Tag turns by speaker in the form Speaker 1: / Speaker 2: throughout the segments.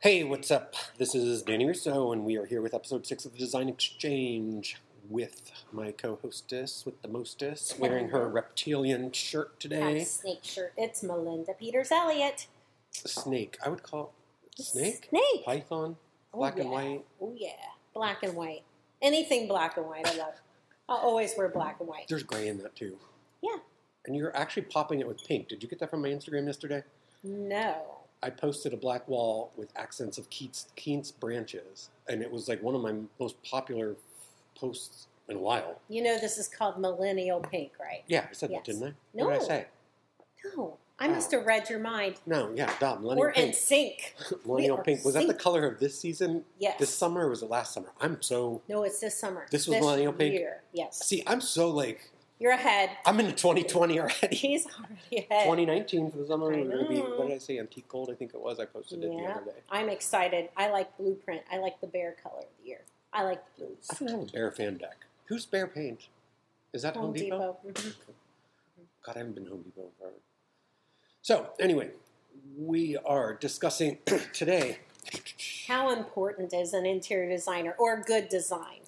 Speaker 1: Hey, what's up? This is Danny Russo, and we are here with episode six of the Design Exchange with my co hostess with the mostess wearing her reptilian shirt
Speaker 2: Not
Speaker 1: today.
Speaker 2: a snake shirt. It's Melinda Peters Elliott.
Speaker 1: Snake. I would call it snake?
Speaker 2: Snake.
Speaker 1: Python?
Speaker 2: Oh,
Speaker 1: Black and
Speaker 2: yeah.
Speaker 1: white?
Speaker 2: Oh yeah, black and white. Anything black and white, I love. I'll always wear black and white.
Speaker 1: There's gray in that too.
Speaker 2: Yeah.
Speaker 1: And you're actually popping it with pink. Did you get that from my Instagram yesterday?
Speaker 2: No.
Speaker 1: I posted a black wall with accents of Keats, Keats branches, and it was like one of my most popular posts in a while.
Speaker 2: You know this is called millennial pink, right?
Speaker 1: Yeah, I said
Speaker 2: Yes.
Speaker 1: that, didn't I?
Speaker 2: No.
Speaker 1: What did I say?
Speaker 2: No. I must have read your mind.
Speaker 1: No, yeah, duh, millennial
Speaker 2: We're in
Speaker 1: pink.
Speaker 2: sync.
Speaker 1: millennial
Speaker 2: we are
Speaker 1: pink. Was that the
Speaker 2: synced.
Speaker 1: color of this season?
Speaker 2: Yes.
Speaker 1: This summer or was it last summer? I'm so
Speaker 2: No, it's this summer.
Speaker 1: This was millennial pink?
Speaker 2: year. Yes.
Speaker 1: see. I'm so like
Speaker 2: You're ahead.
Speaker 1: I'm in 2020 already.
Speaker 2: He's already ahead.
Speaker 1: 2019 for the summer.
Speaker 2: I
Speaker 1: We're gonna be.
Speaker 2: know.
Speaker 1: What did I say? Antique gold. I think it was. I posted it the
Speaker 2: Yeah.
Speaker 1: other day.
Speaker 2: I'm excited. I like blueprint. I like the bear color of the year. I like blues.
Speaker 1: I don't have a bear fan deck. Who's bear paint? Is that Home, Depot?
Speaker 2: Mhm.
Speaker 1: God, I haven't been to Home Depot in forever. So, anyway, we are discussing today.
Speaker 2: How important is an interior designer or good design?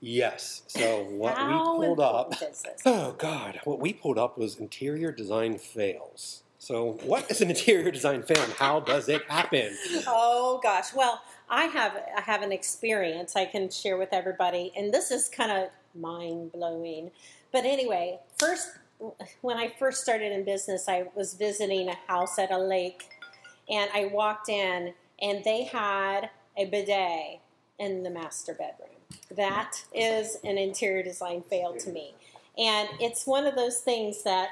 Speaker 1: Yes. So, what
Speaker 2: How
Speaker 1: we pulled up.
Speaker 2: important is this?
Speaker 1: Oh, God. What we pulled up was interior design fails. So, what is an interior design fail and how does it happen?
Speaker 2: Oh gosh. Well, I have I have an experience I can share with everybody, and this is kind of mind blowing. But anyway, first when I first started in business, I was visiting a house at a lake, and I walked in, and they had a bidet in the master bedroom. That is an interior design fail to me, and it's one of those things that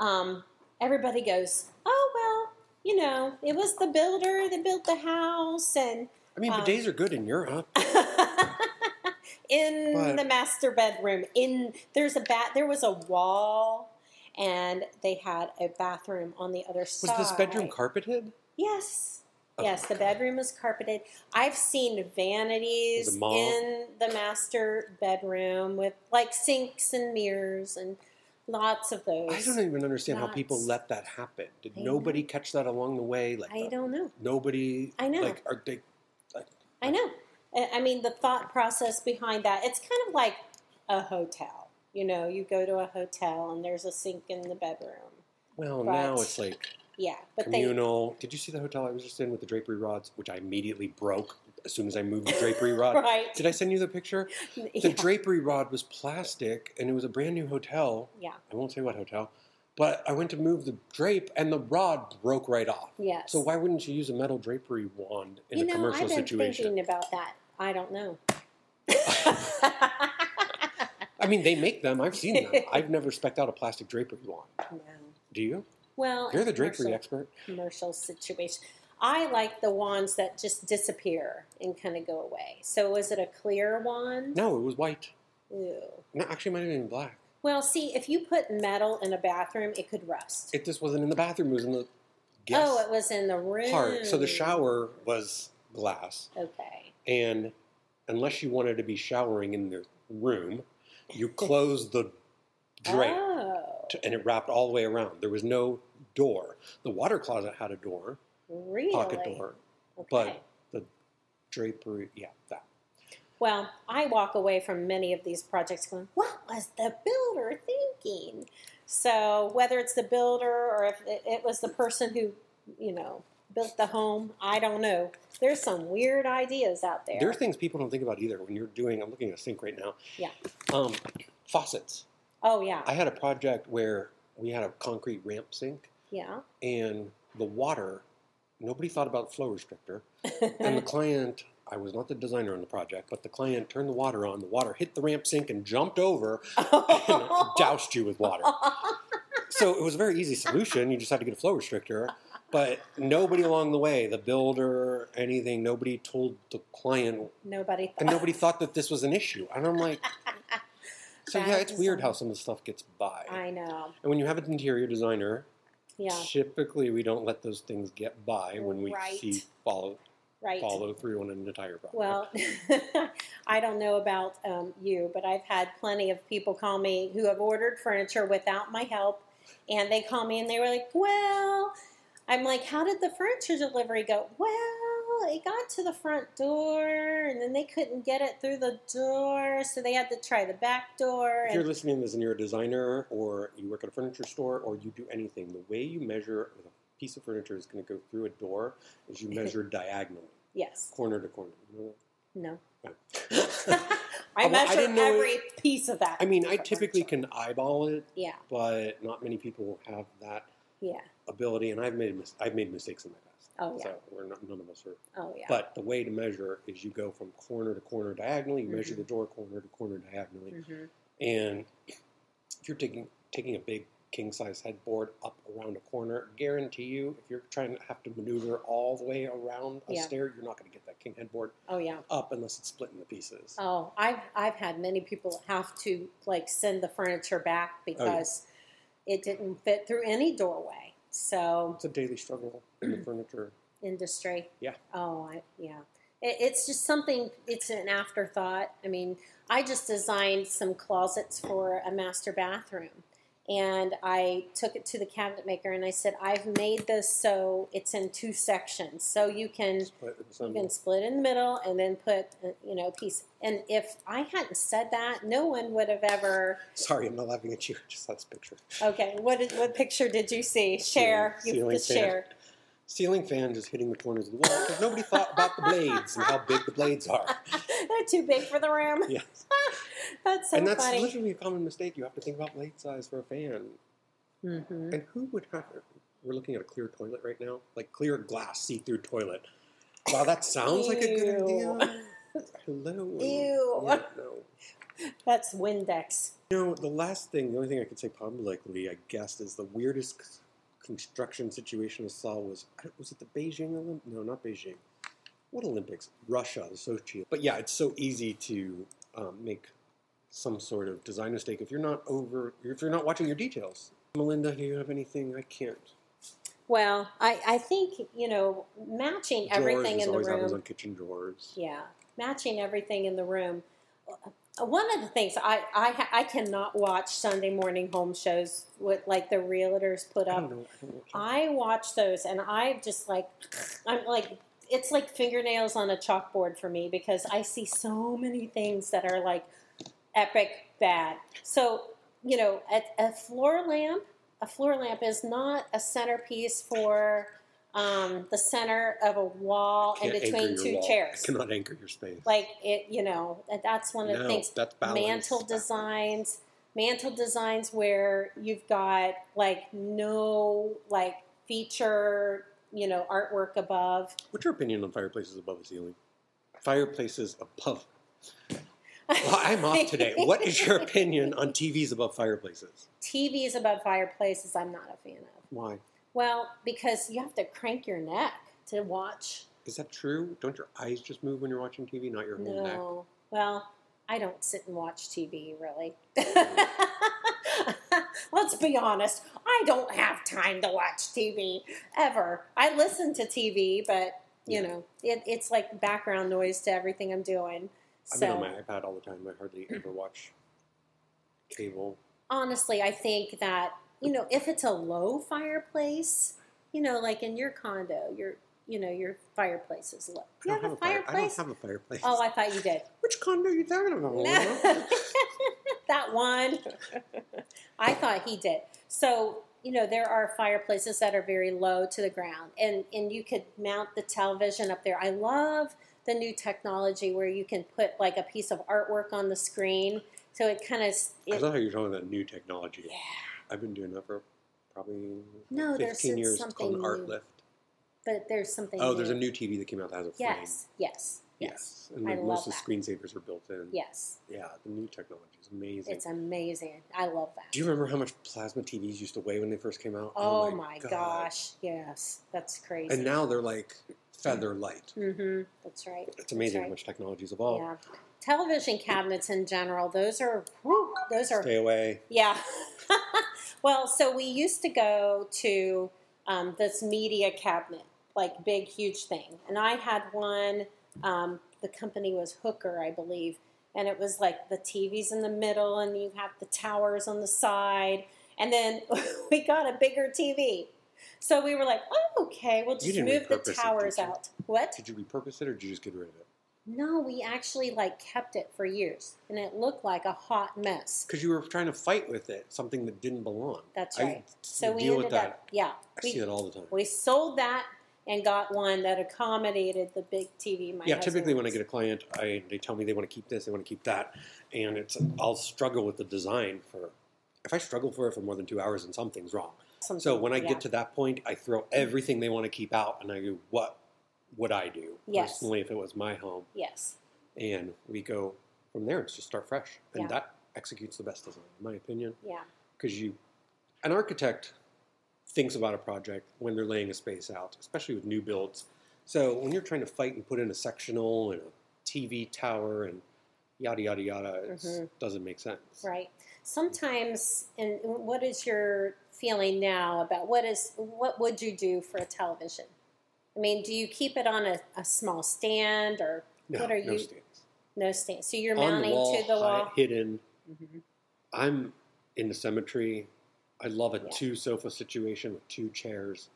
Speaker 2: um, everybody goes, "Oh well, you know, it was the builder that built the house and
Speaker 1: I mean,
Speaker 2: Um,
Speaker 1: bidets are good in Europe.
Speaker 2: in
Speaker 1: But-
Speaker 2: the master bedroom in there's a bat there was a wall and they had a bathroom on the other
Speaker 1: Was
Speaker 2: side.
Speaker 1: this bedroom carpeted?
Speaker 2: Yes.
Speaker 1: Oh,
Speaker 2: Yes, the bedroom is carpeted. I've seen vanities
Speaker 1: The mall?
Speaker 2: in the master bedroom with like sinks and mirrors and lots of those.
Speaker 1: I don't even understand how people
Speaker 2: Nuts.
Speaker 1: let that happen. Did
Speaker 2: I
Speaker 1: nobody catch that along the way? Like, uh,
Speaker 2: I don't know.
Speaker 1: nobody.
Speaker 2: I know.
Speaker 1: Like, are they
Speaker 2: I know. I I mean, the thought process behind that, it's kind of like a hotel. You know, you go to a hotel and there's a sink in the bedroom.
Speaker 1: Well,
Speaker 2: But-
Speaker 1: now it's like
Speaker 2: Yeah, but
Speaker 1: communal. Did you see the hotel I was just in with the drapery rods, which I immediately broke as soon as I moved the drapery
Speaker 2: they.
Speaker 1: rod?
Speaker 2: Right.
Speaker 1: Did I send you the picture? The
Speaker 2: Yeah.
Speaker 1: drapery rod was plastic, and it was a brand new hotel.
Speaker 2: Yeah.
Speaker 1: I won't say what hotel, but I went to move the drape, and the rod broke right off.
Speaker 2: Yes.
Speaker 1: So why wouldn't you use a metal drapery wand in
Speaker 2: you
Speaker 1: a
Speaker 2: know,
Speaker 1: commercial
Speaker 2: I've been
Speaker 1: situation?
Speaker 2: thinking about that. I don't know.
Speaker 1: I mean, they make them. I've seen them. I've never specked out a plastic drapery wand.
Speaker 2: no.
Speaker 1: Do you?
Speaker 2: Well,
Speaker 1: You're the
Speaker 2: it's
Speaker 1: drapery
Speaker 2: commercial.
Speaker 1: expert.
Speaker 2: commercial situation. I like the wands that just disappear and kind of go away. So is it a clear wand?
Speaker 1: No, it was white.
Speaker 2: Ew.
Speaker 1: No, actually, it might have been black.
Speaker 2: Well, see, if you put metal in a bathroom, it could rust.
Speaker 1: It just wasn't in the bathroom. It was in the guest
Speaker 2: Oh, it was in the room.
Speaker 1: part. So the shower was glass,
Speaker 2: Okay.
Speaker 1: and unless you wanted to be showering in the room, you closed the drain,
Speaker 2: Oh,
Speaker 1: and it wrapped all the way around. There was no door. The water closet had a door,
Speaker 2: really?
Speaker 1: pocket door.
Speaker 2: Okay.
Speaker 1: but- Drapery, yeah, that.
Speaker 2: well, I walk away from many of these projects going, "What was the builder thinking?" So whether it's the builder or if it, it was the person who, you know, built the home, I don't know. There's some weird ideas out there.
Speaker 1: There are things people don't think about either when you're doing. I'm looking at a sink right now.
Speaker 2: Yeah.
Speaker 1: Um, faucets.
Speaker 2: oh yeah,
Speaker 1: I had a project where we had a concrete ramp sink,
Speaker 2: yeah.
Speaker 1: and the water. Nobody thought about flow restrictor. And the client, I was not the designer on the project, but the client turned the water on. The water hit the ramp sink and jumped over and doused you with water. So it was a very easy solution. You just had to get a flow restrictor. But nobody along the way, the builder, anything, nobody told the client,
Speaker 2: Nobody thought.
Speaker 1: and nobody thought that this was an issue. And I'm like, so yeah,
Speaker 2: That
Speaker 1: it's
Speaker 2: is
Speaker 1: weird
Speaker 2: something.
Speaker 1: how some of the stuff gets by.
Speaker 2: I know.
Speaker 1: and when you have an interior designer,
Speaker 2: Yeah.
Speaker 1: typically we don't let those things get by when we
Speaker 2: Right.
Speaker 1: see follow
Speaker 2: Right.
Speaker 1: follow through on an entire project.
Speaker 2: Well, I don't know about um, you, but I've had plenty of people call me who have ordered furniture without my help, and they call me and they were like, "Well," I'm like, "How did the furniture delivery go?" Well, it got to the front door, and then they couldn't get it through the door, so they had to try the back door.
Speaker 1: If you're
Speaker 2: And
Speaker 1: listening to this and you're a designer or you work at a furniture store or you do anything, the way you measure if a piece of furniture is going to go through a door is you measure diagonally,
Speaker 2: yes,
Speaker 1: corner to corner. You
Speaker 2: no.
Speaker 1: know that?
Speaker 2: I,
Speaker 1: I
Speaker 2: measure
Speaker 1: didn't know
Speaker 2: every piece of that.
Speaker 1: I mean, I
Speaker 2: piece of
Speaker 1: typically
Speaker 2: furniture.
Speaker 1: can eyeball it,
Speaker 2: Yeah,
Speaker 1: but not many people have that
Speaker 2: yeah.
Speaker 1: ability, and I've made mis- I've made mistakes in my past.
Speaker 2: Oh yeah.
Speaker 1: So we're not, none of us are.
Speaker 2: oh yeah.
Speaker 1: But the way to measure is you go from corner to corner diagonally. You measure
Speaker 2: Mm-hmm.
Speaker 1: the door corner to corner diagonally,
Speaker 2: Mhm.
Speaker 1: and if you're taking taking a big king size headboard up around a corner, guarantee you, if you're trying to have to maneuver all the way around a
Speaker 2: Yeah.
Speaker 1: stair, you're not going to get that king headboard
Speaker 2: Oh yeah.
Speaker 1: up unless it's split into pieces.
Speaker 2: Oh, I've I've had many people have to like send the furniture back because it didn't fit through any doorway. So
Speaker 1: It's a daily struggle in the furniture.
Speaker 2: industry.
Speaker 1: Yeah.
Speaker 2: Oh, I, yeah. It, it's just something. It's an afterthought. I mean, I just designed some closets for a master bathroom. And I took it to the cabinet maker and I said, I've made this so it's in two sections. So you can
Speaker 1: Split it um,
Speaker 2: you
Speaker 1: some-
Speaker 2: can split in the middle and then put, uh, you know, a piece. And if I hadn't said that, no one would have ever.
Speaker 1: Sorry, I'm not laughing at you. I just saw this picture.
Speaker 2: Okay, what did, what picture did you see? Share. You
Speaker 1: Ceiling
Speaker 2: just
Speaker 1: fan.
Speaker 2: share.
Speaker 1: Ceiling fan just hitting the corners of the wall because nobody thought about the blades and how big the blades are.
Speaker 2: They're too big for the room.
Speaker 1: Yes.
Speaker 2: that's so
Speaker 1: and that's
Speaker 2: funny.
Speaker 1: literally a common mistake. You have to think about blade size for a fan.
Speaker 2: Mm-hmm.
Speaker 1: And who would have? We're looking at a clear toilet right now, like clear glass, see-through toilet. Wow, that sounds like a good
Speaker 2: Ew.
Speaker 1: idea. Hello.
Speaker 2: Ew.
Speaker 1: Yeah, no.
Speaker 2: That's Windex.
Speaker 1: You know, the last thing, the only thing I could say publicly, I guess, is the weirdest c- construction situation I saw was I don't- was it the Beijing Olympics? No, not Beijing. What Olympics? Russia, Sochi. But yeah, it's so easy to um, make some sort of design mistake if you're not over, if you're not watching your details. Melinda, do you have anything? I can't.
Speaker 2: Well, I, I think, you know, matching everything
Speaker 1: drawers is
Speaker 2: in the
Speaker 1: always happens
Speaker 2: room.
Speaker 1: on kitchen drawers.
Speaker 2: Yeah, matching everything in the room. Uh, One of the things I, I ha- I cannot watch Sunday morning home shows with like the realtors put
Speaker 1: I
Speaker 2: up.
Speaker 1: don't know. I don't know.
Speaker 2: I watch those and I just like I'm like it's like fingernails on a chalkboard for me because I see so many things that are like epic bad. So you know, a, a floor lamp, a floor lamp is not a centerpiece for um, the center of a wall and
Speaker 1: Can't anchor
Speaker 2: between
Speaker 1: your
Speaker 2: two
Speaker 1: wall.
Speaker 2: chairs.
Speaker 1: Cannot anchor your space.
Speaker 2: Like it, you know, that- that's one of the
Speaker 1: no,
Speaker 2: things
Speaker 1: that's balance.
Speaker 2: mantle designs mantle designs where you've got like no like feature you know artwork above
Speaker 1: What's your opinion on fireplaces above the ceiling? Fireplaces above. Well, I'm off today. What is your opinion on TVs above fireplaces?
Speaker 2: tvs above fireplaces i'm not a fan of
Speaker 1: Why?
Speaker 2: well because you have to crank your neck to watch
Speaker 1: Is that true? Don't your eyes just move when you're watching TV, not your whole neck?
Speaker 2: no well i don't sit and watch tv really let's be honest i don't have time to watch tv ever i listen to tv but
Speaker 1: Yeah.
Speaker 2: you know it, it's like background noise to everything i'm doing
Speaker 1: I've
Speaker 2: so
Speaker 1: been on my iPad all the time. I hardly ever watch cable.
Speaker 2: honestly i think that you know if it's a low fireplace you know like in your condo your you know your fireplace is low you
Speaker 1: I don't
Speaker 2: have a
Speaker 1: fire-
Speaker 2: fireplace
Speaker 1: I don't have a fireplace.
Speaker 2: oh i thought you did
Speaker 1: Which condo are you talking about? Lola?
Speaker 2: that one. I thought he did. So, you know, there are fireplaces that are very low to the ground and, and you could mount the television up there. I love the new technology where you can put like a piece of artwork on the screen. So it kind of
Speaker 1: I love how you're talking about new technology.
Speaker 2: yeah.
Speaker 1: I've been doing that for probably
Speaker 2: No, there's
Speaker 1: 15 years. It's
Speaker 2: something
Speaker 1: called an art
Speaker 2: new.
Speaker 1: lift.
Speaker 2: But there's something
Speaker 1: Oh, there's a
Speaker 2: new.
Speaker 1: new TV that came out that has a flame.
Speaker 2: Yes. Yes. Yes.
Speaker 1: Yes. And
Speaker 2: I
Speaker 1: like, most
Speaker 2: love
Speaker 1: of
Speaker 2: that.
Speaker 1: the screensavers are built in.
Speaker 2: Yes.
Speaker 1: Yeah, the new technology is amazing.
Speaker 2: It's amazing. I love that.
Speaker 1: Do you remember how much plasma TVs used to weigh when they first came out?
Speaker 2: oh, my, gosh. Yes. That's crazy.
Speaker 1: And now they're like feather light.
Speaker 2: mm-hmm. That's right.
Speaker 1: It's amazing
Speaker 2: right.
Speaker 1: how much technology's evolved.
Speaker 2: Yeah. Television cabinets in general, those are whew, those are
Speaker 1: Stay away.
Speaker 2: yeah. well, so we used to go to um, this media cabinet, like big, huge thing, and I had one. Um, the company was Hooker, I believe, and it was like the TVs in the middle, and you have the towers on the side, and then we got a bigger TV. So we were like, oh, Okay, we'll
Speaker 1: You
Speaker 2: just
Speaker 1: didn't
Speaker 2: move the
Speaker 1: repurpose it,
Speaker 2: towers
Speaker 1: did you?
Speaker 2: out. What?
Speaker 1: Did you repurpose it or did you just get rid of it?
Speaker 2: No, we actually like kept it for years, and it looked like a hot mess.
Speaker 1: Because you were trying to fight with it, something that didn't belong.
Speaker 2: That's
Speaker 1: I
Speaker 2: right. So we
Speaker 1: deal
Speaker 2: ended
Speaker 1: with that.
Speaker 2: up, yeah,
Speaker 1: I see
Speaker 2: we,
Speaker 1: that all the time.
Speaker 2: we sold that and got one that accommodated the big TV. My
Speaker 1: yeah,
Speaker 2: husband
Speaker 1: typically when I
Speaker 2: wants.
Speaker 1: get a client, I they tell me they want to keep this, they want to keep that, and it's I'll struggle with the design for. If I struggle for it for more than two hours, and something's wrong.
Speaker 2: Something-
Speaker 1: So when I
Speaker 2: yeah.
Speaker 1: get to that point, I throw everything they want to keep out, and I go, "What would I do
Speaker 2: Yes.
Speaker 1: personally if it was my home?"
Speaker 2: yes,
Speaker 1: And we go from there. It's just start fresh, and
Speaker 2: Yeah.
Speaker 1: that executes the best design, in my opinion,
Speaker 2: yeah,
Speaker 1: because you, an architect, thinks about a project when they're laying a space out, especially with new builds. So when you're trying to fight and put in a sectional and a TV tower and yada yada yada, it
Speaker 2: Mhm.
Speaker 1: doesn't make sense.
Speaker 2: right. Sometimes, and what is your feeling now about what is what would you do for a television? I mean, do you keep it on a, a small stand or
Speaker 1: No,
Speaker 2: What are
Speaker 1: no
Speaker 2: you-
Speaker 1: stands.
Speaker 2: no stand? So you're
Speaker 1: On
Speaker 2: mounting
Speaker 1: the wall,
Speaker 2: to the
Speaker 1: high-
Speaker 2: wall.
Speaker 1: hidden.
Speaker 2: Mhm.
Speaker 1: I'm in the cemetery. I love a
Speaker 2: Yeah.
Speaker 1: two sofa situation with two chairs.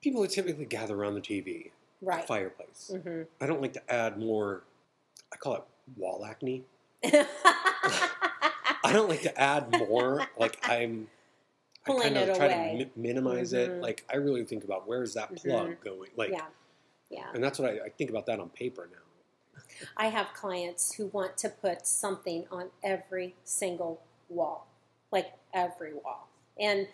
Speaker 1: People would typically gather around the TV,
Speaker 2: Right.
Speaker 1: fireplace.
Speaker 2: hmm
Speaker 1: I don't like to add more. I call it wall acne. I don't like to add more. like I'm I
Speaker 2: Pulling
Speaker 1: kind
Speaker 2: it
Speaker 1: of try
Speaker 2: away.
Speaker 1: to mi- minimize
Speaker 2: Mhm.
Speaker 1: it. Like I really think about where is that plug going. Like,
Speaker 2: yeah. Yeah.
Speaker 1: and that's what I, I think about that on paper now.
Speaker 2: I have clients who want to put something on every single wall, like every wall. And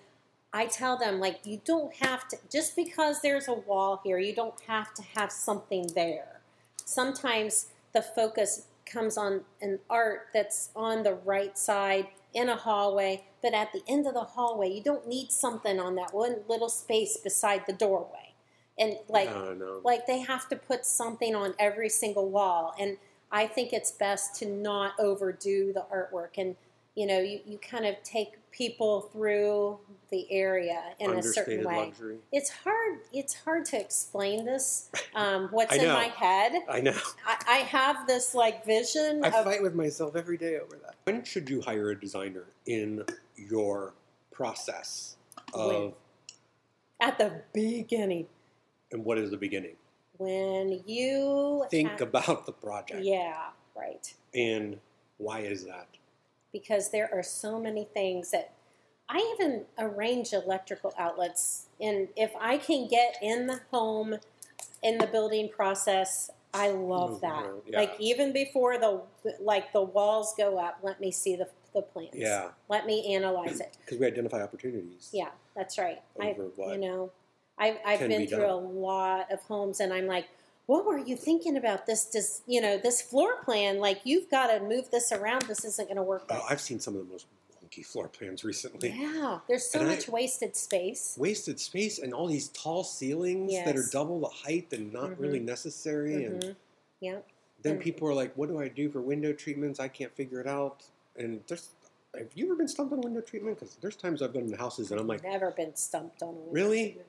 Speaker 2: I tell them, like, you don't have to, just because there's a wall here, you don't have to have something there. Sometimes the focus comes on an art that's on the right side in a hallway, but at the end of the hallway, you don't need something on that one little space beside the doorway. And like,
Speaker 1: I don't know.
Speaker 2: like they have to put something on every single wall and i think it's best to not overdo the artwork and you know you, you kind of take people through the area in a certain
Speaker 1: Understated
Speaker 2: way
Speaker 1: luxury.
Speaker 2: it's hard it's hard to explain this um, what's
Speaker 1: I
Speaker 2: in
Speaker 1: know.
Speaker 2: my head
Speaker 1: I know.
Speaker 2: I, I have this like vision
Speaker 1: I
Speaker 2: of
Speaker 1: fight with myself every day over that. When should you hire a designer in your process of
Speaker 2: When? at the beginning
Speaker 1: and what is the beginning?
Speaker 2: when you
Speaker 1: Think
Speaker 2: ha-
Speaker 1: about the project
Speaker 2: yeah right
Speaker 1: and why is that?
Speaker 2: because there are so many things that I even arrange electrical outlets. And if I can get in the home, in the building process, I love
Speaker 1: Move
Speaker 2: that.
Speaker 1: around, yeah.
Speaker 2: Like even before the like the walls go up, let me see the the plans.
Speaker 1: Yeah,
Speaker 2: Let me analyze it.
Speaker 1: because we identify opportunities.
Speaker 2: Yeah, that's right. I
Speaker 1: Over what?
Speaker 2: you know, I've I've
Speaker 1: Can
Speaker 2: been
Speaker 1: be
Speaker 2: through
Speaker 1: done.
Speaker 2: a lot of homes, and I'm like, what were you thinking about this? Does you know this floor plan? Like you've got to move this around. This isn't going to work.
Speaker 1: Oh,
Speaker 2: right.
Speaker 1: I've seen some of the most wonky floor plans recently.
Speaker 2: Yeah, there's so
Speaker 1: And I-
Speaker 2: much wasted space.
Speaker 1: Wasted space and all these tall ceilings that are
Speaker 2: Yes.
Speaker 1: double the height and not
Speaker 2: Mhm.
Speaker 1: really necessary. And
Speaker 2: Mhm. Yeah,
Speaker 1: then
Speaker 2: And-
Speaker 1: people are like, "What do I do for window treatments? I can't figure it out." And there's, have you ever been stumped on window treatment? Because there's times I've gone into houses and I'm like,
Speaker 2: never been stumped on. a window
Speaker 1: Really?
Speaker 2: treatment.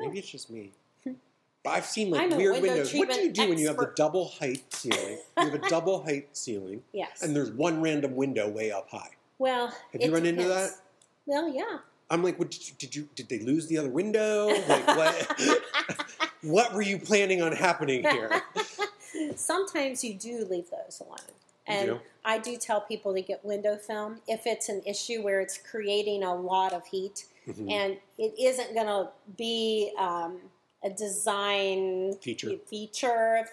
Speaker 1: maybe it's just me. But I've seen
Speaker 2: I'm
Speaker 1: like
Speaker 2: a
Speaker 1: weird
Speaker 2: window
Speaker 1: windows. What do you
Speaker 2: treatment
Speaker 1: do when you have the
Speaker 2: expert.
Speaker 1: double height ceiling? You have a double height ceiling,
Speaker 2: Yes.
Speaker 1: and there's one random window way up high.
Speaker 2: well,
Speaker 1: Have
Speaker 2: it
Speaker 1: you run into
Speaker 2: depends.
Speaker 1: that?
Speaker 2: Well, yeah.
Speaker 1: I'm like, what, did, you, did you did they lose the other window? Oh, Like what? what were you planning on happening here?
Speaker 2: Sometimes you do leave those alone,
Speaker 1: You
Speaker 2: and
Speaker 1: do?
Speaker 2: I do tell people to get window film if it's an issue where it's creating a lot of heat
Speaker 1: Mhm.
Speaker 2: and it isn't going to be um, a design
Speaker 1: Feature.
Speaker 2: feature of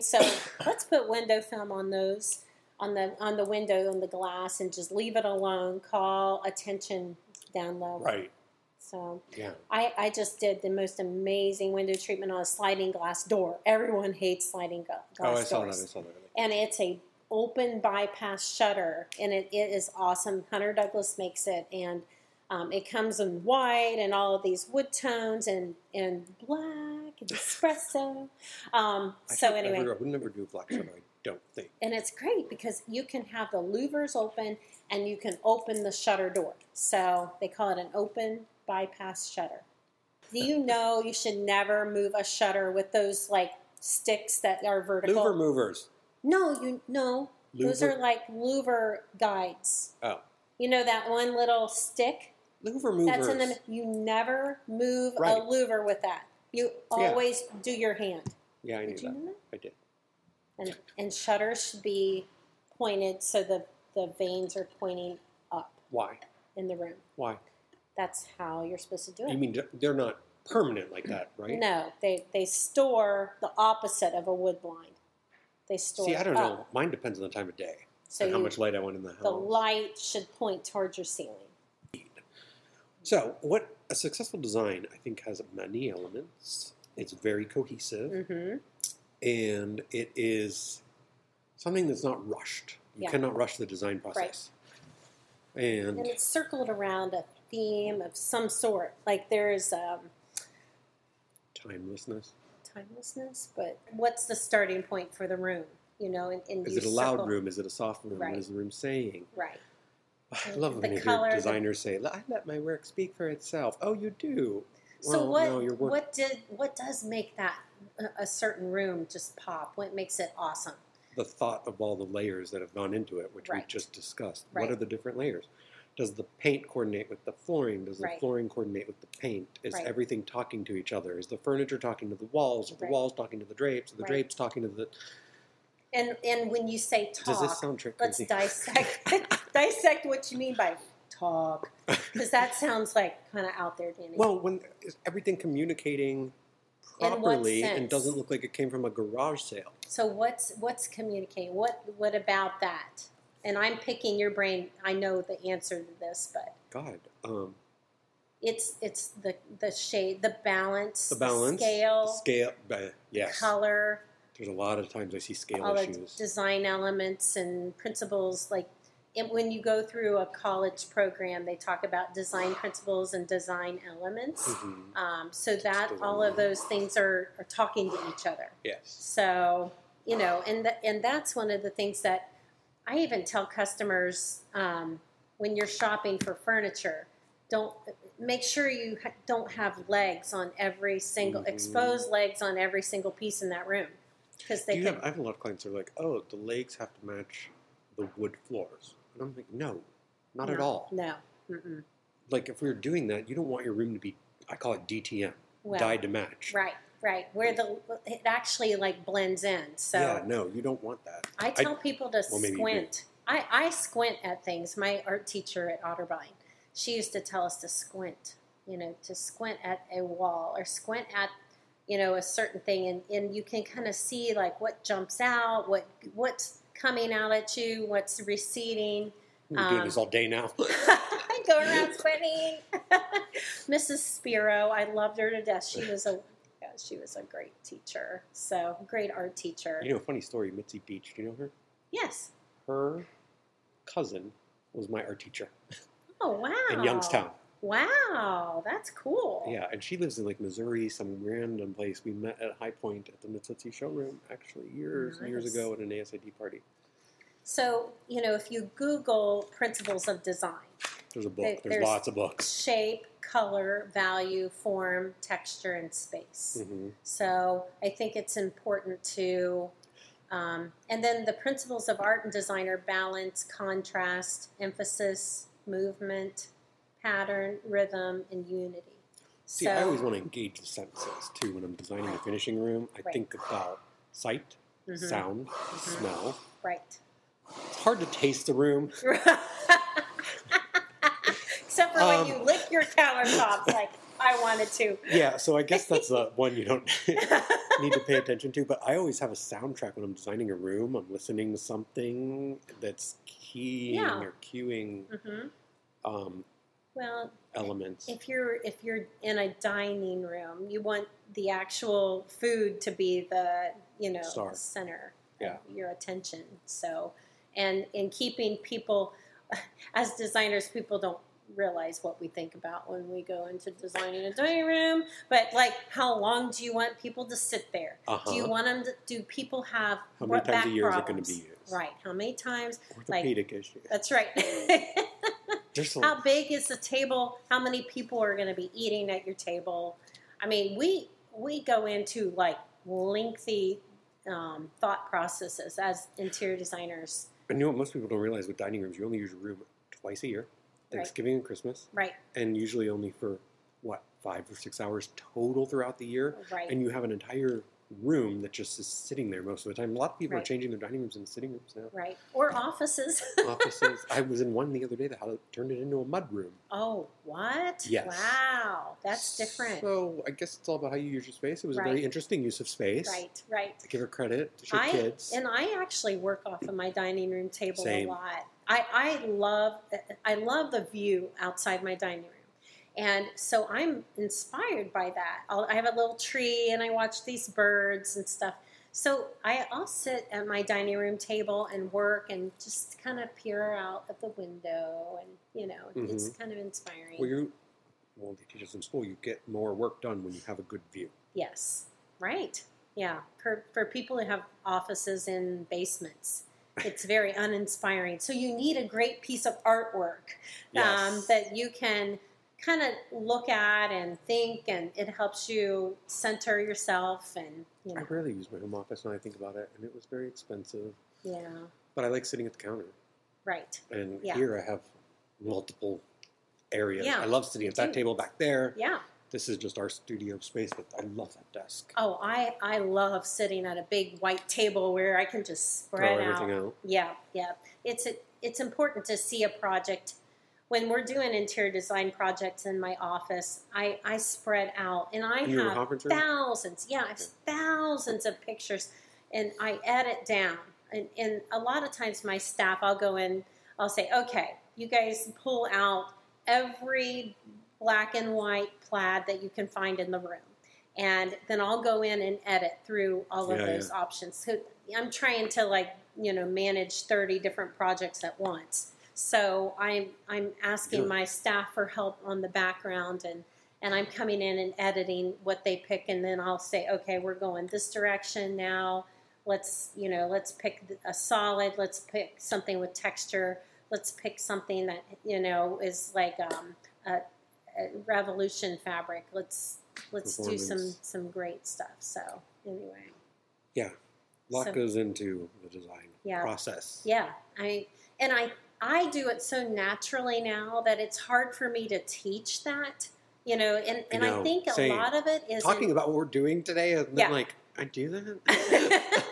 Speaker 2: So let's put window film on those on the on the window on the glass and just leave it alone. Call attention down low.
Speaker 1: Right.
Speaker 2: So
Speaker 1: Yeah.
Speaker 2: I, I just did the most amazing window treatment on a sliding glass door. Everyone hates sliding gla- glass
Speaker 1: Oh, I saw that. I
Speaker 2: doors
Speaker 1: saw that.
Speaker 2: and it's a open bypass shutter and it, it is awesome hunter douglas makes it and um, it comes in white and all of these wood tones and, and black and espresso um,
Speaker 1: I
Speaker 2: so
Speaker 1: should
Speaker 2: anyway
Speaker 1: never- I would never do a black shadow. I don't think.
Speaker 2: and it's great because you can have the louvers open and you can open the shutter door so they call it an open bypass shutter do you know you should never move a shutter with those like sticks that are vertical
Speaker 1: Louver movers.
Speaker 2: no you no those
Speaker 1: Louver-
Speaker 2: are like louver guides.
Speaker 1: Oh.
Speaker 2: You know that one little stick
Speaker 1: Louver movers.
Speaker 2: That's in the you never move
Speaker 1: Right.
Speaker 2: a louver with that. You
Speaker 1: Yeah.
Speaker 2: always do your hand.
Speaker 1: yeah, I knew
Speaker 2: Did you
Speaker 1: that.
Speaker 2: know
Speaker 1: I did.
Speaker 2: that? And and shutters should be pointed so the the veins are pointing up
Speaker 1: Why?
Speaker 2: in the room.
Speaker 1: Why?
Speaker 2: That's how you're supposed to do it.
Speaker 1: You mean th- they're not permanent like that, right?
Speaker 2: No, they they store the opposite of a wood blind. They store.
Speaker 1: See, I don't
Speaker 2: up.
Speaker 1: know. Mine depends on the time of day
Speaker 2: So
Speaker 1: and how
Speaker 2: you-
Speaker 1: much light I want in the house.
Speaker 2: the light should point towards your ceiling.
Speaker 1: So, what a successful design, I think, has many elements. It's very cohesive,
Speaker 2: Mm-hmm.
Speaker 1: and it is something that's not rushed. You
Speaker 2: Yeah.
Speaker 1: cannot rush the design process. And,
Speaker 2: And it's circled around a theme of some sort. Like there's um,
Speaker 1: timelessness.
Speaker 2: timelessness, but what's the starting point for the room? You know, in, in
Speaker 1: Is
Speaker 2: these
Speaker 1: it a loud
Speaker 2: circle-
Speaker 1: room? Is it a soft room?
Speaker 2: Right.
Speaker 1: What is the room saying?
Speaker 2: Right.
Speaker 1: I
Speaker 2: And
Speaker 1: love
Speaker 2: the
Speaker 1: when you
Speaker 2: color,
Speaker 1: hear
Speaker 2: the-
Speaker 1: designers say, "I let my work speak for itself." Oh, you do.
Speaker 2: so
Speaker 1: Well,
Speaker 2: what?
Speaker 1: no, your work-
Speaker 2: What did? What does make that a- a certain room just pop? What makes it awesome?
Speaker 1: the thought of all the layers that have gone into it, which
Speaker 2: Right.
Speaker 1: we just discussed.
Speaker 2: Right.
Speaker 1: What are the different layers? Does the paint coordinate with the flooring? Does the
Speaker 2: Right.
Speaker 1: flooring coordinate with the paint? Is
Speaker 2: Right.
Speaker 1: everything talking to each other? Is the furniture talking to the walls? Are the
Speaker 2: Right.
Speaker 1: walls talking to the drapes? Are the
Speaker 2: Right.
Speaker 1: drapes talking to the.
Speaker 2: And and when you say
Speaker 1: Does this
Speaker 2: talk,
Speaker 1: sound tricky?
Speaker 2: let's dissect dissect what you mean by talk, because that sounds like kind of out there, Danny.
Speaker 1: Well, when is everything communicating
Speaker 2: In what
Speaker 1: properly and
Speaker 2: sense?
Speaker 1: doesn't look like it came from a garage sale?
Speaker 2: So what's what's communicating? What what about that? And I'm picking your brain. I know the answer to this, but
Speaker 1: God. Um,
Speaker 2: it's it's the the shade, the balance,
Speaker 1: the balance.
Speaker 2: scale,
Speaker 1: The scale. bah, yes.
Speaker 2: color,
Speaker 1: There's a lot of times I see scale
Speaker 2: all the
Speaker 1: issues.
Speaker 2: design elements and principles. Like and when you go through a college program, they talk about design principles and design elements.
Speaker 1: Mhm.
Speaker 2: Um, so that all of those things are, are talking to each other.
Speaker 1: Yes.
Speaker 2: So you know, and th- and that's one of the things that I even tell customers um, when you're shopping for furniture, don't make sure you ha- don't have legs on every single
Speaker 1: Mhm.
Speaker 2: exposed legs on every single piece in that room because they
Speaker 1: Do you
Speaker 2: could
Speaker 1: have, I have a lot of clients that are like, oh, the legs have to match the wood floors. And I'm like, no, not at
Speaker 2: No.
Speaker 1: all.
Speaker 2: no. Mm-mm.
Speaker 1: Like, if we were doing that, you don't want your room to be, I call it DTM,
Speaker 2: Well,
Speaker 1: dyed to match.
Speaker 2: right, right, where the it actually like blends in. So
Speaker 1: yeah, no, you don't want that.
Speaker 2: I tell people to
Speaker 1: Well, maybe you do.
Speaker 2: squint. I, I squint at things. My art teacher at Otterbein, she used to tell us to squint, you know, to squint at a wall or squint at, you know, a certain thing. And, and you can kind of see like what jumps out, what what's coming out at you, what's receding.
Speaker 1: We're doing
Speaker 2: um,
Speaker 1: this all day now.
Speaker 2: Go around squinting. Mrs. Spiro, I loved her to death. She was a yeah, she was a great teacher. So great art teacher.
Speaker 1: you know, funny story, Mitzi Beach, do you know her?
Speaker 2: yes.
Speaker 1: Her cousin was my art teacher
Speaker 2: Oh wow.
Speaker 1: in Youngstown.
Speaker 2: Wow, that's cool.
Speaker 1: Yeah, and she lives in like Missouri, some random place. We met at High Point at the Mitsutsi showroom actually years and years
Speaker 2: Nice.
Speaker 1: ago at an ASID party.
Speaker 2: So, you know, if you Google principles of design,
Speaker 1: There's a book.
Speaker 2: There-
Speaker 1: There's,
Speaker 2: there's-
Speaker 1: lots of books.
Speaker 2: shape, color, value, form, texture, and space.
Speaker 1: hmm
Speaker 2: So I think it's important to, um, and then the principles of art and design are balance, contrast, emphasis, movement, pattern, rhythm, and unity.
Speaker 1: See,
Speaker 2: so,
Speaker 1: I always want to engage the senses too when I'm designing a finishing room. I
Speaker 2: Right.
Speaker 1: think about sight,
Speaker 2: Mhm.
Speaker 1: sound, smell.
Speaker 2: Right.
Speaker 1: It's hard to taste the room.
Speaker 2: Except for
Speaker 1: Um,
Speaker 2: when you lick your countertops, like I wanted to.
Speaker 1: Yeah, so I guess that's the one you don't need to pay attention to. But I always have a soundtrack when I'm designing a room. I'm listening to something that's keying
Speaker 2: Yeah.
Speaker 1: or cueing
Speaker 2: hmm
Speaker 1: um,
Speaker 2: Well,
Speaker 1: elements.
Speaker 2: if you're if you're in a dining room, you want the actual food to be the you know
Speaker 1: Star.
Speaker 2: center
Speaker 1: Yeah.
Speaker 2: of your attention. So, and in keeping people as designers, people don't realize what we think about when we go into designing a dining room. But like, how long do you want people to sit there?
Speaker 1: Uh-huh.
Speaker 2: Do you want them to? Do people have
Speaker 1: How many
Speaker 2: what
Speaker 1: times a
Speaker 2: back
Speaker 1: year is it gonna
Speaker 2: problems?
Speaker 1: be used?
Speaker 2: Right. How many times?
Speaker 1: Orthopedic issues.
Speaker 2: That's right.
Speaker 1: There's a
Speaker 2: how big is the table how many people are going to be eating at your table i mean we we go into like lengthy um, thought processes as interior designers
Speaker 1: I know what most people don't realize with dining rooms, you only use your room twice a year. Thanksgiving and Christmas,
Speaker 2: Right.
Speaker 1: and usually only for what five or six hours total throughout the year.
Speaker 2: Right.
Speaker 1: And you have an entire room that just is sitting there most of the time. A lot of people
Speaker 2: Right.
Speaker 1: are changing their dining rooms into sitting rooms now.
Speaker 2: right. Or offices.
Speaker 1: Offices. I was in one the other day that had turned it into a mud room.
Speaker 2: oh, what?
Speaker 1: Yes.
Speaker 2: Wow. That's different.
Speaker 1: So I guess it's all about how you use your space. It was a
Speaker 2: Right.
Speaker 1: very interesting use of space.
Speaker 2: right. Right.
Speaker 1: I give her credit. To your
Speaker 2: I,
Speaker 1: kids.
Speaker 2: And I actually work off of my dining room table
Speaker 1: Same.
Speaker 2: a lot. I, I love I love the view outside my dining room. And so I'm inspired by that. I'll, I have a little tree and I watch these birds and stuff. So I, I'll sit at my dining room table and work and just kind of peer out of the window. And, you know, it's kind of inspiring.
Speaker 1: Mm-hmm. well, you, well, they teach us in school. You get more work done when you have a good view.
Speaker 2: Yes, right. Yeah, for, for people who have offices in basements, it's very uninspiring. So you need a great piece of artwork um,
Speaker 1: Yes.
Speaker 2: that you can kind of look at and think, and it helps you center yourself. And you
Speaker 1: I
Speaker 2: know,
Speaker 1: rarely use my home office now. I think about it, and it was very expensive.
Speaker 2: yeah,
Speaker 1: But I like sitting at the counter.
Speaker 2: right.
Speaker 1: And
Speaker 2: Yeah.
Speaker 1: here I have multiple areas.
Speaker 2: Yeah,
Speaker 1: I love sitting at
Speaker 2: do.
Speaker 1: that table back there.
Speaker 2: Yeah.
Speaker 1: This is just our studio space, but I love that desk.
Speaker 2: Oh, I I love sitting at a big white table where I can just
Speaker 1: Throw
Speaker 2: spread Oh, out.
Speaker 1: everything out.
Speaker 2: Yeah, yeah. It's it's important to see a project when we're doing interior design projects in my office. I I spread out and I
Speaker 1: In your
Speaker 2: have
Speaker 1: conference room?
Speaker 2: thousands. Yeah, I have thousands of pictures, and I edit down. And and a lot of times my staff, I'll go in, I'll say, okay, you guys pull out every black and white plaid that you can find in the room. And then I'll go in and edit through all of
Speaker 1: Yeah,
Speaker 2: those options. So I'm trying to like, you know, manage 30 different projects at once. So I'm I'm asking
Speaker 1: Sure.
Speaker 2: my staff for help on the background and and I'm coming in and editing what they pick and then I'll say, okay, we're going this direction now. Let's, you know, let's pick th- a solid, let's pick something with texture, let's pick something that, you know, is like um, a, a revolution fabric. Let's let's do some
Speaker 1: Performance.
Speaker 2: some great stuff. So, anyway.
Speaker 1: A lot
Speaker 2: So-
Speaker 1: goes into the design
Speaker 2: Yeah.
Speaker 1: process.
Speaker 2: Yeah, I and I I do it so naturally now that it's hard for me to teach that. You know, and, and I,
Speaker 1: know,
Speaker 2: think a
Speaker 1: same.
Speaker 2: lot of it is
Speaker 1: Talking
Speaker 2: in-
Speaker 1: about what we're doing today, and then
Speaker 2: Yeah.
Speaker 1: like, I do that?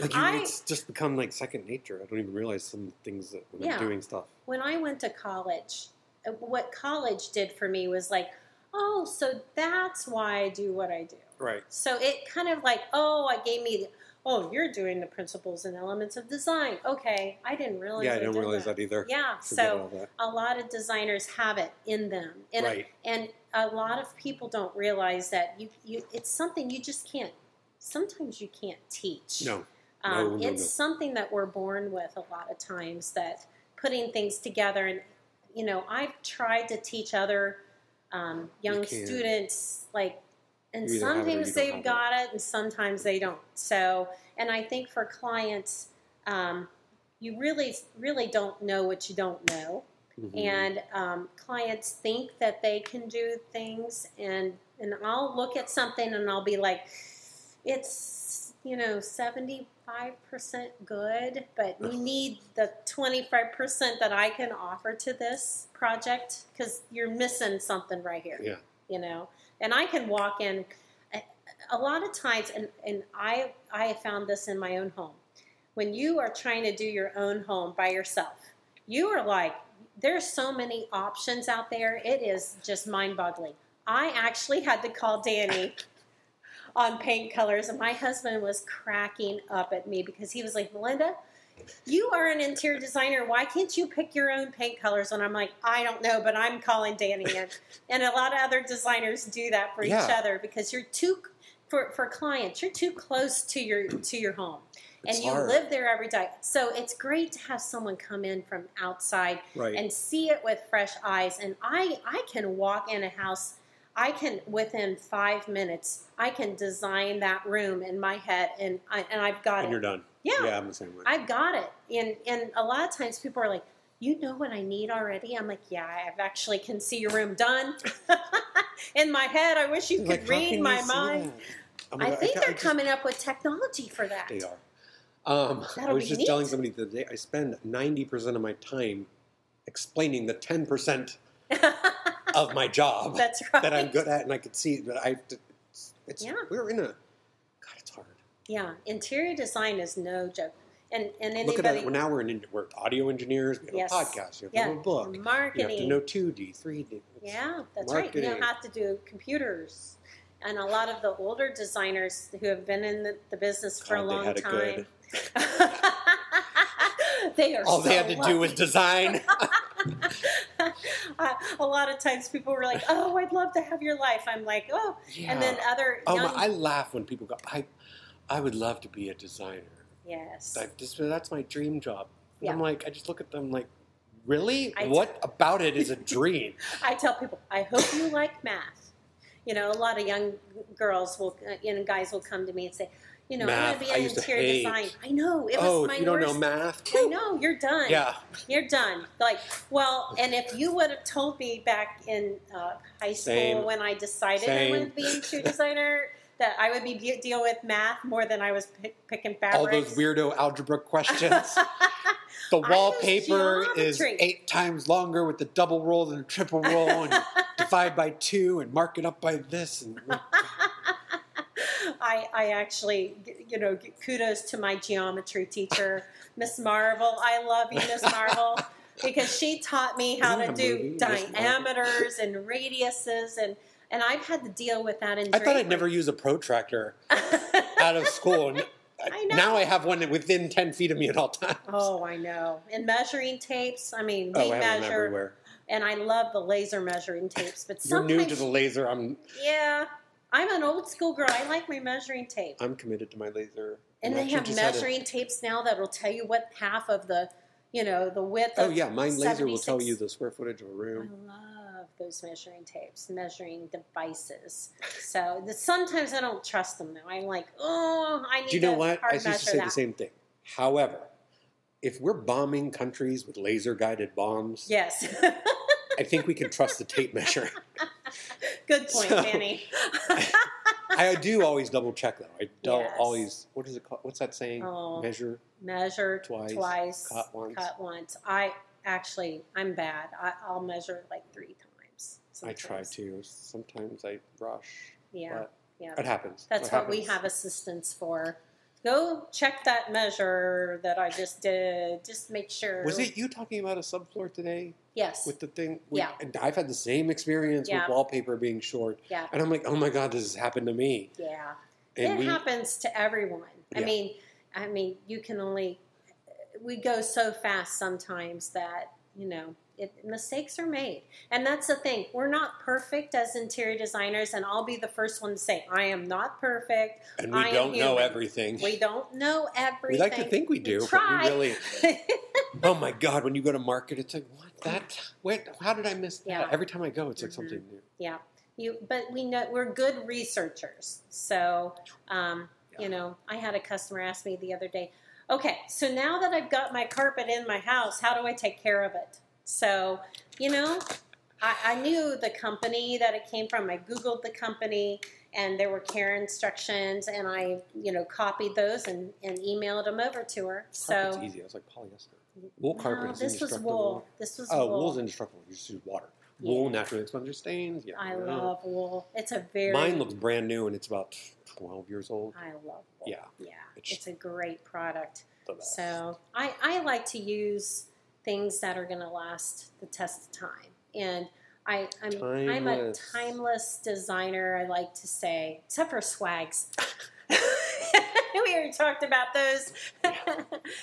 Speaker 1: like, you,
Speaker 2: I-
Speaker 1: it's just become like second nature. I don't even realize some things that when
Speaker 2: Yeah.
Speaker 1: I'm doing stuff.
Speaker 2: when I went to college, uh, what college did for me was like, oh, so that's why I do what I do.
Speaker 1: Right.
Speaker 2: So it kind of like, oh, it gave me, oh, you're doing the principles and elements of design. Okay, I didn't realize.
Speaker 1: Yeah, I
Speaker 2: I
Speaker 1: don't
Speaker 2: did
Speaker 1: realize that, either.
Speaker 2: Yeah,
Speaker 1: Forget
Speaker 2: so
Speaker 1: all that.
Speaker 2: a lot of designers have it in them, and
Speaker 1: Right.
Speaker 2: and a lot of people don't realize that you, you it's something you just can't. Sometimes you can't teach.
Speaker 1: No.
Speaker 2: um,
Speaker 1: no, no,
Speaker 2: it's
Speaker 1: no.
Speaker 2: something that we're born with a lot of times. That putting things together, and you know, I've tried to teach other um, young
Speaker 1: can't.
Speaker 2: students like, and
Speaker 1: You either have it or you
Speaker 2: sometimes
Speaker 1: don't
Speaker 2: they've
Speaker 1: have it.
Speaker 2: got it, and sometimes they don't. So, and I think for clients, um, you really, really don't know what you don't know
Speaker 1: Mhm.
Speaker 2: and um, clients think that they can do things and and i'll look at something and i'll be like it's you know 75% good but we need the 25% that i can offer to this project because you're missing something right here
Speaker 1: Yeah.
Speaker 2: you know and i can walk in a- a lot of times and, and i i have found this in my own home when you are trying to do your own home by yourself you are like there's so many options out there it is just mind-boggling i actually had to call danny on paint colors and my husband was cracking up at me because he was like melinda you are an interior designer why can't you pick your own paint colors and i'm like i don't know but i'm calling danny in and a lot of other designers do that for each
Speaker 1: Yeah.
Speaker 2: other because you're too for, for clients you're too close to your to your home
Speaker 1: It's
Speaker 2: and you
Speaker 1: hard.
Speaker 2: live there every day so it's great to have someone come in from outside
Speaker 1: right.
Speaker 2: and see it with fresh eyes and i i can walk in a house i can within five minutes i can design that room in my head and i and i've got
Speaker 1: and
Speaker 2: it
Speaker 1: you're done.
Speaker 2: yeah,
Speaker 1: Yeah, I'm the same way.
Speaker 2: i've got it and and a lot of times people are like you know what i need already i'm like yeah i've actually can see your room done in my head i wish you could
Speaker 1: Like, how
Speaker 2: read
Speaker 1: can
Speaker 2: my
Speaker 1: you see
Speaker 2: mind
Speaker 1: that? Oh my
Speaker 2: i
Speaker 1: God,
Speaker 2: think
Speaker 1: ca-
Speaker 2: they're
Speaker 1: just-
Speaker 2: coming up with technology for that
Speaker 1: They are. Um, I
Speaker 2: That'll
Speaker 1: was
Speaker 2: be
Speaker 1: just
Speaker 2: neat.
Speaker 1: telling somebody the other day I spend ninety percent of my time explaining the 10% of my job
Speaker 2: That's right.
Speaker 1: that I'm good at, and I could see that I. It's
Speaker 2: Yeah.
Speaker 1: we're in a God. It's hard.
Speaker 2: Yeah, interior design is no joke. And and anybody
Speaker 1: Look at it. Well, now we're in we're audio engineers. We have
Speaker 2: Yes.
Speaker 1: a podcast. We have
Speaker 2: Yeah.
Speaker 1: a book. You
Speaker 2: marketing.
Speaker 1: have to know two D, three D.
Speaker 2: Yeah, that's right. You
Speaker 1: Marketing.
Speaker 2: don't have to do computers. And a lot of the older designers who have been in the, the business for a
Speaker 1: God, they
Speaker 2: long
Speaker 1: had it
Speaker 2: time, they are
Speaker 1: All
Speaker 2: so
Speaker 1: they had to do was design.
Speaker 2: lucky. uh, a lot of times people were like, "Oh, I'd love to have your life." I'm like, "Oh,"
Speaker 1: yeah.
Speaker 2: and then other
Speaker 1: oh
Speaker 2: young,
Speaker 1: my, I laugh when people go. I, I would love to be a designer.
Speaker 2: yes,
Speaker 1: That, this, that's my dream job. And I'm
Speaker 2: Yeah.
Speaker 1: like, I just look at them like, really?
Speaker 2: I-
Speaker 1: what about it is a dream?
Speaker 2: I tell people, I hope you like math. You know, a lot of young girls will, uh, you know, guys will come to me and say, you know, I want
Speaker 1: Math,
Speaker 2: to be
Speaker 1: I
Speaker 2: an
Speaker 1: used to
Speaker 2: interior
Speaker 1: hate.
Speaker 2: design. I know it was
Speaker 1: oh,
Speaker 2: my
Speaker 1: if you don't
Speaker 2: worst.
Speaker 1: know math?
Speaker 2: I know you're done.
Speaker 1: Yeah.
Speaker 2: You're done. Like, well, and if you would have told me back in uh, high school
Speaker 1: Same.
Speaker 2: when I decided I
Speaker 1: Same.
Speaker 2: wanted to be an interior designer, that I would be de- deal with math more than I was pick, picking fabrics.
Speaker 1: All those weirdo algebra questions. The
Speaker 2: I
Speaker 1: wallpaper
Speaker 2: use
Speaker 1: is
Speaker 2: geometry.
Speaker 1: eight times longer with the double roll than the triple roll, and divide by two and mark it up by this. And
Speaker 2: I, I actually, you know, kudos to my geometry teacher, Miss Marvel. I love you, Miss Marvel, because she taught me how to
Speaker 1: Isn't that a
Speaker 2: do
Speaker 1: movie, Miss Marvel?
Speaker 2: diameters and radiuses, and and I've had to deal with that in.
Speaker 1: I thought
Speaker 2: drapery.
Speaker 1: I'd never use a protractor out of school, and
Speaker 2: I know.
Speaker 1: now I have one within ten feet of me at all times.
Speaker 2: oh, I know. And measuring tapes. I mean, we
Speaker 1: Oh, I have them
Speaker 2: measure,
Speaker 1: everywhere.
Speaker 2: and I love the laser measuring tapes. But
Speaker 1: You're
Speaker 2: sometimes,
Speaker 1: new to the laser. I'm
Speaker 2: yeah. I'm an old school girl. I like my measuring tape.
Speaker 1: I'm committed to my laser.
Speaker 2: And they
Speaker 1: actually
Speaker 2: have
Speaker 1: just had a-
Speaker 2: measuring tapes now that'll tell you what half of the, you know, the width.
Speaker 1: Oh
Speaker 2: of
Speaker 1: yeah, mine laser will tell
Speaker 2: 76.
Speaker 1: you the square footage of a
Speaker 2: I
Speaker 1: room.
Speaker 2: love those measuring tapes, measuring devices. So the, sometimes I don't trust them though. I'm like, oh, I need.
Speaker 1: Do you know
Speaker 2: to
Speaker 1: what?
Speaker 2: Hard
Speaker 1: I used to
Speaker 2: measure
Speaker 1: say
Speaker 2: that.
Speaker 1: the same thing. However, if we're bombing countries with laser guided bombs,
Speaker 2: Yes,
Speaker 1: I think we can trust the tape measure.
Speaker 2: good point,
Speaker 1: So-
Speaker 2: Fanny.
Speaker 1: I do always double check though. I don't
Speaker 2: Yes.
Speaker 1: always. What is it called? What's that saying?
Speaker 2: Oh.
Speaker 1: Measure.
Speaker 2: measure
Speaker 1: Twice,
Speaker 2: twice,
Speaker 1: cut once.
Speaker 2: cut once. I actually, I'm bad. I, I'll measure like three times.
Speaker 1: I try
Speaker 2: sometimes.
Speaker 1: to. Sometimes I rush.
Speaker 2: Yeah,
Speaker 1: but
Speaker 2: yeah.
Speaker 1: It happens.
Speaker 2: That's
Speaker 1: It
Speaker 2: what we
Speaker 1: happens.
Speaker 2: have assistance for. Go check that measure that I just did. Just make sure.
Speaker 1: Was it you talking about a subfloor today
Speaker 2: Yes.
Speaker 1: with the thing?
Speaker 2: Yeah.
Speaker 1: And I've had the same experience
Speaker 2: Yeah.
Speaker 1: with wallpaper being short,
Speaker 2: yeah.
Speaker 1: and I'm like, oh my god, this has happened to me.
Speaker 2: Yeah.
Speaker 1: And
Speaker 2: it
Speaker 1: we,
Speaker 2: happens to everyone. I
Speaker 1: Yeah.
Speaker 2: mean, I mean, you can only we go so fast sometimes that you know it, mistakes are made, and that's the thing. We're not perfect as interior designers, and I'll be the first one to say I am not perfect.
Speaker 1: and we
Speaker 2: I am
Speaker 1: don't know
Speaker 2: human.
Speaker 1: everything.
Speaker 2: We don't know
Speaker 1: We
Speaker 2: everything.
Speaker 1: like to think we do, but
Speaker 2: try.
Speaker 1: we really. Oh my god, when you go to market, it's like what that? Wait, how did I miss that?
Speaker 2: Yeah.
Speaker 1: Every time I go, it's like
Speaker 2: Mhm.
Speaker 1: something new.
Speaker 2: yeah, you. But we know we're good researchers, so um, you know. I had a customer ask me the other day, okay, so now that I've got my carpet in my house, how do I take care of it? So, you know, I, I knew the company that it came from. I Googled the company and there were care instructions and I, you know, copied those and, and emailed them over to her.
Speaker 1: Carpet's
Speaker 2: So
Speaker 1: easy. I was like polyester. Wool carpet
Speaker 2: No,
Speaker 1: is
Speaker 2: this was
Speaker 1: indestructible.
Speaker 2: wool. This was
Speaker 1: Oh,
Speaker 2: wool.
Speaker 1: wool's indestructible. You just use water.
Speaker 2: Yeah.
Speaker 1: Wool naturally expunges stains. Yeah,
Speaker 2: I
Speaker 1: yeah.
Speaker 2: love wool. It's a very
Speaker 1: Mine looks brand new and it's about twelve years old.
Speaker 2: I love wool.
Speaker 1: Yeah.
Speaker 2: Yeah.
Speaker 1: It's-
Speaker 2: it's a great product.
Speaker 1: The best.
Speaker 2: So I, I like to use things that are going to last the test of time. And I, I'm, I'm a
Speaker 1: Timeless.
Speaker 2: timeless designer, I like to say, except for swags. we already talked about those.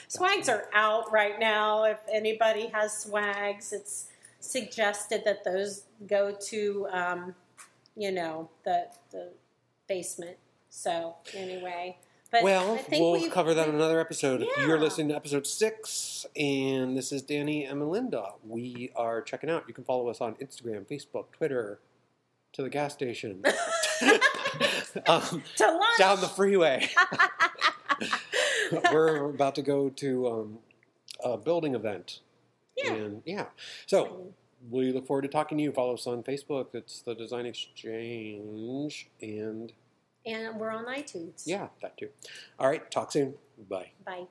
Speaker 2: swags are out right now. If anybody has swags, it's suggested that those go to, um, you know, the, the basement. So anyway, but
Speaker 1: well,
Speaker 2: I think
Speaker 1: we'll
Speaker 2: we've-
Speaker 1: cover that in another episode. You're
Speaker 2: Yeah.
Speaker 1: listening to episode six, and this is Danny and Melinda. We are checking out. You can follow us on Instagram, Facebook, Twitter, to the gas station, um,
Speaker 2: to lunch.
Speaker 1: down the freeway. We're about to go to um, a building event.
Speaker 2: Yeah.
Speaker 1: And yeah. So we look forward to talking to you. Follow us on Facebook. It's the Design Exchange. And
Speaker 2: And we're on iTunes.
Speaker 1: yeah, that too. All right. Talk soon. Bye.
Speaker 2: Bye.